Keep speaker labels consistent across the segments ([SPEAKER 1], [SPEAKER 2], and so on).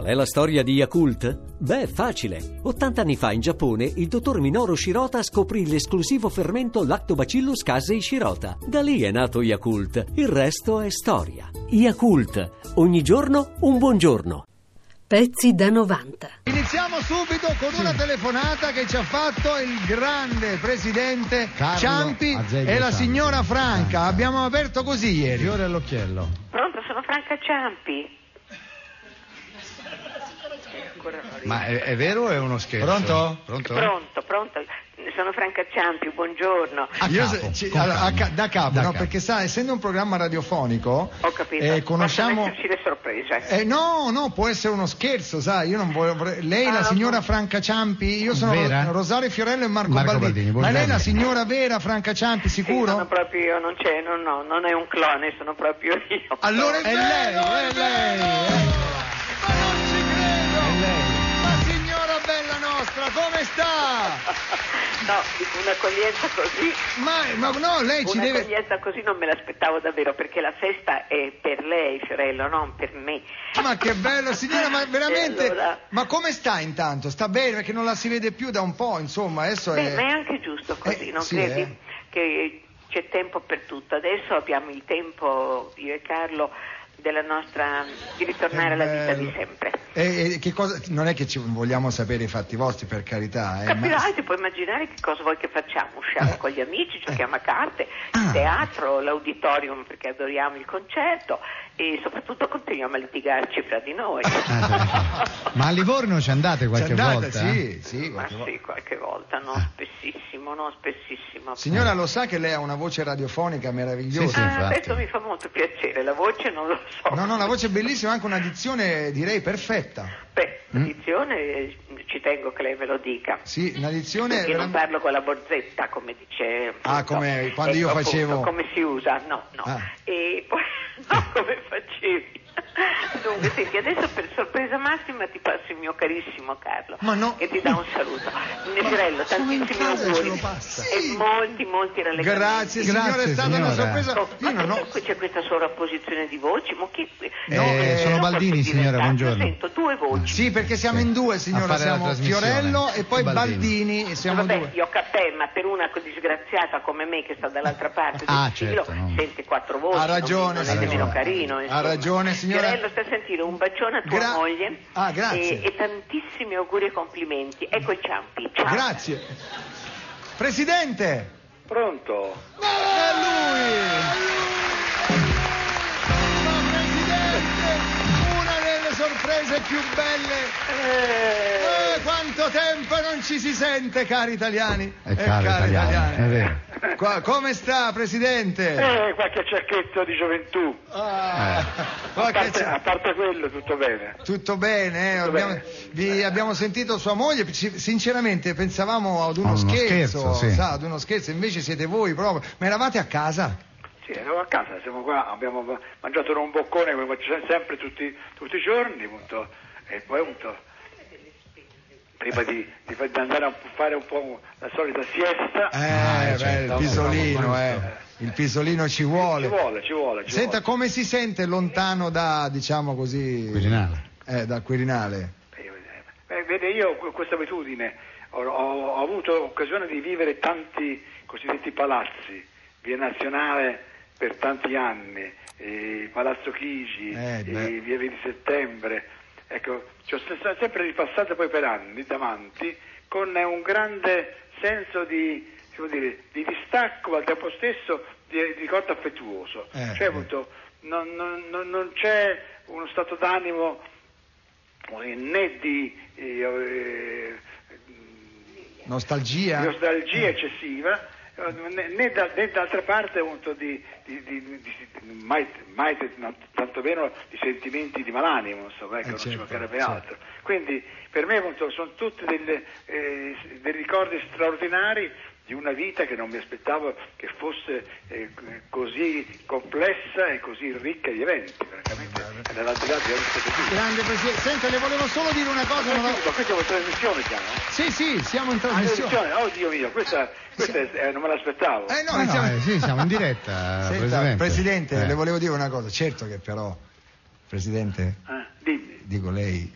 [SPEAKER 1] È la storia di Yakult? Beh, facile. 80 anni fa in Giappone il dottor Minoru Shirota scoprì l'esclusivo fermento Lactobacillus casei Shirota. Da lì è nato Yakult. Il resto è storia. Yakult. Ogni giorno un buongiorno.
[SPEAKER 2] Pezzi da 90.
[SPEAKER 3] Iniziamo subito con una telefonata che ci ha fatto il grande presidente
[SPEAKER 4] Carlo
[SPEAKER 3] Ciampi Ecco.
[SPEAKER 4] Azeglio
[SPEAKER 3] e la
[SPEAKER 4] Ciampi.
[SPEAKER 3] signora Franca. Abbiamo aperto così ieri.
[SPEAKER 4] Fiore all'occhiello.
[SPEAKER 5] Pronto, sono Franca Ciampi. Ancora non arrivo.
[SPEAKER 6] Ma è, è vero o è uno scherzo?
[SPEAKER 4] Pronto?
[SPEAKER 6] Pronto?
[SPEAKER 5] Pronto, pronto. Sono Franca Ciampi, buongiorno.
[SPEAKER 3] A
[SPEAKER 4] Io
[SPEAKER 3] capo,
[SPEAKER 4] se- ci-
[SPEAKER 3] con
[SPEAKER 4] allora,
[SPEAKER 3] calma.
[SPEAKER 4] a ca- da capo,
[SPEAKER 3] No,
[SPEAKER 4] no, perché
[SPEAKER 3] perché sa, essendo un programma radiofonico,
[SPEAKER 5] Ho capito.
[SPEAKER 3] eh, conosciamo...
[SPEAKER 5] Possono esserci le sorprese.
[SPEAKER 3] Eh, no, no, può essere uno scherzo, sai, io non voglio... vorrei- Lei è la
[SPEAKER 5] Ah,
[SPEAKER 3] signora
[SPEAKER 5] no.
[SPEAKER 3] Franca Ciampi, io sono
[SPEAKER 4] Vera?
[SPEAKER 3] Ro- Rosario Fiorello e Marco,
[SPEAKER 4] Marco
[SPEAKER 3] Baldini.
[SPEAKER 4] Baldini,
[SPEAKER 3] Ma lei è la
[SPEAKER 4] buongiorno.
[SPEAKER 3] signora vera Franca Ciampi,
[SPEAKER 5] Sì,
[SPEAKER 3] sicuro?
[SPEAKER 5] sono proprio io, non c'è, no, no, non è un clone, sono proprio io.
[SPEAKER 3] Allora è,
[SPEAKER 4] È
[SPEAKER 3] lei,
[SPEAKER 4] lei,
[SPEAKER 3] è
[SPEAKER 4] è
[SPEAKER 3] lei.
[SPEAKER 4] lei.
[SPEAKER 3] Ma non ci credo.
[SPEAKER 4] È lei.
[SPEAKER 3] Ma signora bella nostra, come sta?
[SPEAKER 5] No, dico, un'accoglienza così.
[SPEAKER 3] Ma, ma no, lei Eh, ci deve
[SPEAKER 5] Un'accoglienza così non me l'aspettavo davvero, perché la festa è per lei, Fiorello, non per me.
[SPEAKER 3] Ma che bello, signora, ma veramente
[SPEAKER 5] E allora-
[SPEAKER 3] Ma come sta intanto? Sta bene perché non la si vede più da un po', insomma, adesso
[SPEAKER 5] Beh,
[SPEAKER 3] è
[SPEAKER 5] ma è anche giusto così,
[SPEAKER 3] eh,
[SPEAKER 5] non
[SPEAKER 3] sì,
[SPEAKER 5] credi?
[SPEAKER 3] eh.
[SPEAKER 5] Che c'è tempo per tutto. Adesso abbiamo il tempo, io e Carlo, della nostra di ritornare alla vita
[SPEAKER 3] bello.
[SPEAKER 5] di sempre.
[SPEAKER 3] E- e che cosa- non è che ci vogliamo sapere i fatti vostri, per carità, eh, ma- Eh.
[SPEAKER 5] Capirai, ti puoi immaginare che cosa vuoi che facciamo? Usciamo con gli amici, giochiamo a carte,
[SPEAKER 3] Ah.
[SPEAKER 5] il teatro, l'auditorium perché adoriamo il concerto e soprattutto continuiamo a litigarci fra di noi.
[SPEAKER 3] Ah,
[SPEAKER 4] Ma a Livorno ci andate
[SPEAKER 3] C'è
[SPEAKER 4] qualche
[SPEAKER 3] andata,
[SPEAKER 4] volta? eh?
[SPEAKER 3] sì, sì,
[SPEAKER 5] Ma
[SPEAKER 3] qualche volta.
[SPEAKER 5] Ah,
[SPEAKER 3] Ah.
[SPEAKER 5] sì, qualche volta, non spessissimo, non spessissimo.
[SPEAKER 3] Signora, lo sa che lei ha una voce radiofonica meravigliosa.
[SPEAKER 4] Sì, sì.
[SPEAKER 5] Ah,
[SPEAKER 4] infatti.
[SPEAKER 5] questo mi fa molto piacere, la voce non lo so.
[SPEAKER 3] No, no, la voce è bellissima, anche una dizione direi perfetta.
[SPEAKER 5] Beh,
[SPEAKER 3] Mm.
[SPEAKER 5] dizione eh, ci tengo che lei ve lo dica.
[SPEAKER 3] Sì, una dizione
[SPEAKER 5] Perché non
[SPEAKER 3] veramente-
[SPEAKER 5] parlo con la borzetta, come dice. eh,
[SPEAKER 3] Ah, come quando io
[SPEAKER 5] appunto,
[SPEAKER 3] facevo-
[SPEAKER 5] come si usa? No, no.
[SPEAKER 3] Ah.
[SPEAKER 5] E poi. No, come facevi? Dunque, senti, adesso per sorpresa massima ti passo il mio carissimo Carlo.
[SPEAKER 3] Ma no.
[SPEAKER 5] E ti dà un saluto. Negrello,
[SPEAKER 3] sono in
[SPEAKER 5] tantissimi
[SPEAKER 3] casa e ce lo
[SPEAKER 5] auguri.
[SPEAKER 3] passa. Sì.
[SPEAKER 5] E molti, molti rallegramenti.
[SPEAKER 3] Grazie, signora, è
[SPEAKER 4] Grazie,
[SPEAKER 3] stata una
[SPEAKER 4] signora.
[SPEAKER 3] sorpresa.
[SPEAKER 5] Oh,
[SPEAKER 3] Io
[SPEAKER 5] ma
[SPEAKER 3] non ho...
[SPEAKER 5] perché qui c'è questa sovrapposizione di voci? Ma chi...
[SPEAKER 4] No, eh, sono Baldini, signora, buongiorno.
[SPEAKER 5] Sento due voci.
[SPEAKER 3] Sì, perché siamo
[SPEAKER 4] Sì.
[SPEAKER 3] in due,
[SPEAKER 4] A
[SPEAKER 3] signora,
[SPEAKER 4] fare la
[SPEAKER 3] siamo
[SPEAKER 4] trasmissione.
[SPEAKER 3] Fiorello e poi Baldini,
[SPEAKER 4] Baldini.
[SPEAKER 3] e siamo
[SPEAKER 5] Vabbè,
[SPEAKER 3] due.
[SPEAKER 5] io capè, ma per una disgraziata come me che sta dall'altra parte del
[SPEAKER 4] Ah,
[SPEAKER 5] filo,
[SPEAKER 4] certo, no.
[SPEAKER 5] sente quattro voci.
[SPEAKER 3] Ha ragione,
[SPEAKER 5] non, non è
[SPEAKER 3] signora.
[SPEAKER 5] nemmeno carino.
[SPEAKER 3] Ha
[SPEAKER 5] insomma.
[SPEAKER 3] ragione, signora.
[SPEAKER 5] Fiorello, sta a sentire un bacione a tua
[SPEAKER 3] Gra-
[SPEAKER 5] moglie.
[SPEAKER 3] Ah, grazie.
[SPEAKER 5] E, e tantissimi auguri e complimenti. Ecco i ciampi. Ciao.
[SPEAKER 3] Grazie. Presidente!
[SPEAKER 7] Pronto?
[SPEAKER 3] Ma è lui! Ma Presidente, una delle sorprese più belle...
[SPEAKER 7] Eh,
[SPEAKER 3] Eh, quanto tempo non ci si sente, cari italiani! Eh,
[SPEAKER 4] È caro italiano, Eh, è vero.
[SPEAKER 3] Qua- come sta, Presidente?
[SPEAKER 7] eh, qualche cerchetto di gioventù.
[SPEAKER 4] Eh.
[SPEAKER 3] Ah,
[SPEAKER 7] A
[SPEAKER 3] qua che
[SPEAKER 7] parte,
[SPEAKER 3] c'è-
[SPEAKER 7] a parte quello, tutto bene.
[SPEAKER 3] Tutto bene, eh?
[SPEAKER 7] Tutto
[SPEAKER 3] abbiamo,
[SPEAKER 7] bene.
[SPEAKER 3] vi abbiamo sentito sua moglie, ci- sinceramente pensavamo ad uno,
[SPEAKER 4] A uno
[SPEAKER 3] scherzo,
[SPEAKER 4] scherzo, sì.
[SPEAKER 3] sa, ad uno scherzo, invece siete voi proprio. Ma eravate a casa?
[SPEAKER 7] Sì, eravamo a casa, siamo qua, abbiamo ma- mangiato un boccone come faccio sempre tutti, tutti i giorni, punto. E poi punto, prima di, di fa- di andare a fare un po' la solita siesta.
[SPEAKER 3] Eh,
[SPEAKER 4] Ah,
[SPEAKER 3] beh,
[SPEAKER 4] certo,
[SPEAKER 3] il pisolino, eh. Il pisolino ci vuole.
[SPEAKER 7] Ci vuole, ci vuole, ci
[SPEAKER 3] Senta,
[SPEAKER 7] vuole.
[SPEAKER 3] come si sente lontano da, diciamo così...
[SPEAKER 4] Quirinale.
[SPEAKER 3] Eh, da Quirinale.
[SPEAKER 7] Eh, vede, io que- questa abitudine ho, ho- ho avuto occasione di vivere tanti cosiddetti palazzi, via nazionale per tanti anni, eh, Palazzo Chigi,
[SPEAKER 3] Eh, beh.
[SPEAKER 7] eh, via 20 settembre. Ecco, ci ho se- se- sempre ripassato poi per anni davanti con eh, un grande senso di, si può dire, di distacco, al tempo stesso di, di ricordo affettuoso.
[SPEAKER 3] Eh,
[SPEAKER 7] cioè,
[SPEAKER 3] eh.
[SPEAKER 7] appunto, non- non- non- non c'è uno stato d'animo eh, né di, eh, eh,
[SPEAKER 3] Nostalgia? Mm.
[SPEAKER 7] di nostalgia eccessiva, eh, né, né da- né d'altra parte appunto, di, di, di, di- di- mai, mai t- no, tantomeno di sentimenti di malanimo, insomma, ecco,
[SPEAKER 3] Eh,
[SPEAKER 7] non ci
[SPEAKER 3] certo,
[SPEAKER 7] mancherebbe
[SPEAKER 3] certo.
[SPEAKER 7] altro. Quindi per me appunto, sono tutti delle, eh, dei ricordi straordinari di una vita che non mi aspettavo che fosse eh, così complessa e così ricca di eventi, veramente è nell'aldilà di ogni aspettativa.
[SPEAKER 3] Grande Presidente. Senta, le volevo solo dire una cosa. non
[SPEAKER 7] Ma
[SPEAKER 3] ho-
[SPEAKER 7] questa è una trasmissione, chiama?
[SPEAKER 3] Sì, sì, siamo in
[SPEAKER 7] Ah,
[SPEAKER 3] trasmissione.
[SPEAKER 7] trasmissione, oh Dio mio, questa, questa è- eh, non me l'aspettavo.
[SPEAKER 3] Eh no,
[SPEAKER 4] Ma no,
[SPEAKER 3] siamo...
[SPEAKER 4] eh, sì, siamo in diretta,
[SPEAKER 3] Senta, Presidente,
[SPEAKER 4] Presidente. Eh.
[SPEAKER 3] le volevo dire una cosa, certo che però, Presidente,
[SPEAKER 7] Eh, dimmi.
[SPEAKER 3] dico lei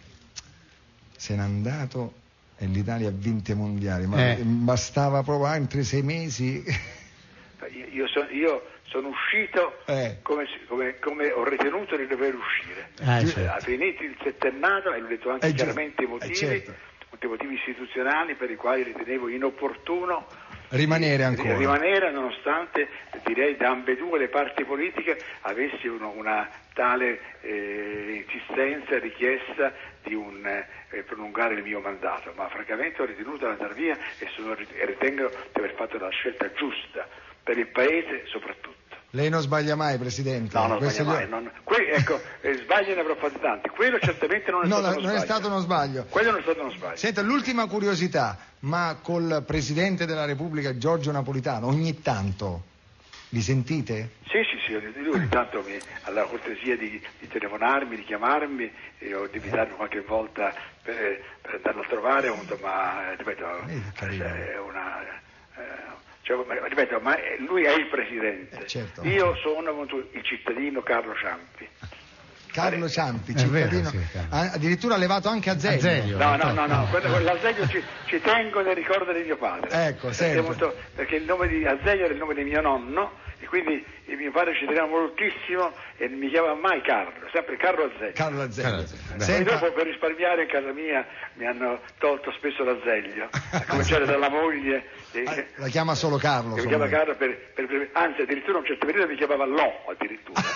[SPEAKER 3] se n'è andato e l'Italia ha vinto i mondiali, ma
[SPEAKER 4] Eh.
[SPEAKER 3] bastava proprio altri sei mesi.
[SPEAKER 7] Io, son- io sono uscito
[SPEAKER 3] Eh.
[SPEAKER 7] come, si- come- come ho ritenuto di dover uscire.
[SPEAKER 4] Ah,
[SPEAKER 7] Io-
[SPEAKER 4] certo.
[SPEAKER 7] Ha finito il settennato e l'ho detto anche
[SPEAKER 3] Eh, già.
[SPEAKER 7] chiaramente i
[SPEAKER 3] Eh,
[SPEAKER 7] motivi,
[SPEAKER 3] certo.
[SPEAKER 7] tutti i motivi istituzionali per i quali ritenevo inopportuno
[SPEAKER 3] Rimanere ancora.
[SPEAKER 7] rimanere nonostante direi da ambedue le parti politiche avessi uno- una tale eh, insistenza, richiesta di un, eh, prolungare il mio mandato, ma francamente ho ritenuto di andare via e, sono- e ritengo di aver fatto la scelta giusta per il Paese soprattutto.
[SPEAKER 3] Lei non sbaglia mai, Presidente.
[SPEAKER 7] No, non
[SPEAKER 3] Questo
[SPEAKER 7] sbaglio mai.
[SPEAKER 3] gli-
[SPEAKER 7] non- que- ecco, eh, sbagli ne avrò fatti tanti. Quello certamente non è,
[SPEAKER 3] No,
[SPEAKER 7] stato,
[SPEAKER 3] la-
[SPEAKER 7] uno
[SPEAKER 3] non è
[SPEAKER 7] sbaglio.
[SPEAKER 3] stato uno sbaglio.
[SPEAKER 7] Quello non è stato uno sbaglio.
[SPEAKER 3] Senta, l'ultima curiosità, ma col Presidente della Repubblica Giorgio Napolitano ogni tanto li sentite?
[SPEAKER 7] Sì, sì, sì, ogni- lui ogni tanto mi ha la cortesia di, di telefonarmi, di chiamarmi e o di invitarmi qualche volta per, per andarlo a trovare, appunto, ma eh, ripeto,
[SPEAKER 3] Eh, carino.
[SPEAKER 7] è una... eh, cioè, ma- ripeto, ma eh, lui è il presidente.
[SPEAKER 3] Eh, certo.
[SPEAKER 7] Io sono appunto, il cittadino Carlo Ciampi.
[SPEAKER 3] Carlo Ciampi,
[SPEAKER 4] È
[SPEAKER 3] cittadino,
[SPEAKER 4] vero, sì, Carlo.
[SPEAKER 3] a- addirittura levato anche a Zeglio.
[SPEAKER 4] A Zeglio.
[SPEAKER 7] No, no, no, no, quello- l'Azeglio ci, ci tengo nel ricordo di mio padre.
[SPEAKER 3] Ecco,
[SPEAKER 7] perché,
[SPEAKER 3] sempre.
[SPEAKER 7] molto- perché il nome di Azeglio era il nome di mio nonno e quindi il mio padre ci teneva moltissimo e non mi chiamava mai Carlo, sempre Carlo Azeglio.
[SPEAKER 3] Carlo a Zeglio.
[SPEAKER 4] Carlo a Zeglio.
[SPEAKER 7] Poi
[SPEAKER 3] Senta,
[SPEAKER 7] dopo per risparmiare in casa mia mi hanno tolto spesso l'Azeglio, a cominciare dalla moglie. e-
[SPEAKER 3] eh, la chiama solo Carlo.
[SPEAKER 7] che mi
[SPEAKER 3] insomma.
[SPEAKER 7] chiama Carlo per, per- per- anzi addirittura a un certo periodo mi chiamava Lo addirittura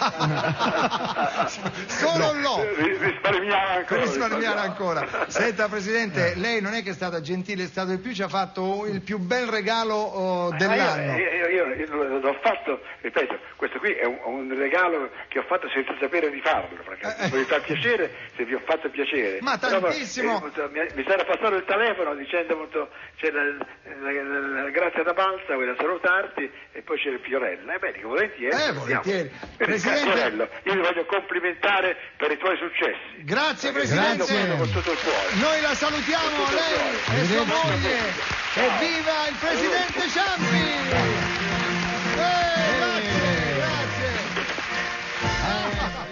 [SPEAKER 3] Solo Lo.
[SPEAKER 7] Ri- risparmiava
[SPEAKER 3] Per
[SPEAKER 7] ancora
[SPEAKER 3] risparmiare ancora. Senta
[SPEAKER 4] Eh.
[SPEAKER 3] Presidente, lei non è che è stata gentile, è stato di più, ci ha fatto il più bel regalo oh,
[SPEAKER 7] Ma io- eh,
[SPEAKER 3] dell'anno.
[SPEAKER 7] Io, io- io l'ho- l'ho fatto, ripeto, questo qui è un, un regalo che ho fatto senza sapere di farlo, francamente.
[SPEAKER 3] Eh, eh.
[SPEAKER 7] Mi fa piacere se vi ho fatto piacere.
[SPEAKER 3] Ma
[SPEAKER 7] Però,
[SPEAKER 3] tantissimo!
[SPEAKER 7] eh, appunto, mi, mi sarà passato il telefono dicendo appunto c'è la, la- la- la grazia da balsa, voglio salutarti e poi c'è il Fiorella. E beh, dico volentieri.
[SPEAKER 3] Eh,
[SPEAKER 7] andiamo.
[SPEAKER 3] volentieri.
[SPEAKER 7] Quindi,
[SPEAKER 3] Presidente-
[SPEAKER 7] Fiorello, io ti voglio complimentare per i tuoi successi.
[SPEAKER 3] Grazie
[SPEAKER 7] Perché ti
[SPEAKER 3] Presidente.
[SPEAKER 7] mando quello Con tutto il cuore.
[SPEAKER 3] Noi la salutiamo,
[SPEAKER 7] Tutto
[SPEAKER 3] lei
[SPEAKER 7] buono.
[SPEAKER 3] e sua
[SPEAKER 7] Arrivederci.
[SPEAKER 3] moglie.
[SPEAKER 7] Ciao.
[SPEAKER 3] Evviva il presidente Ciampi! Eh, grazie, grazie.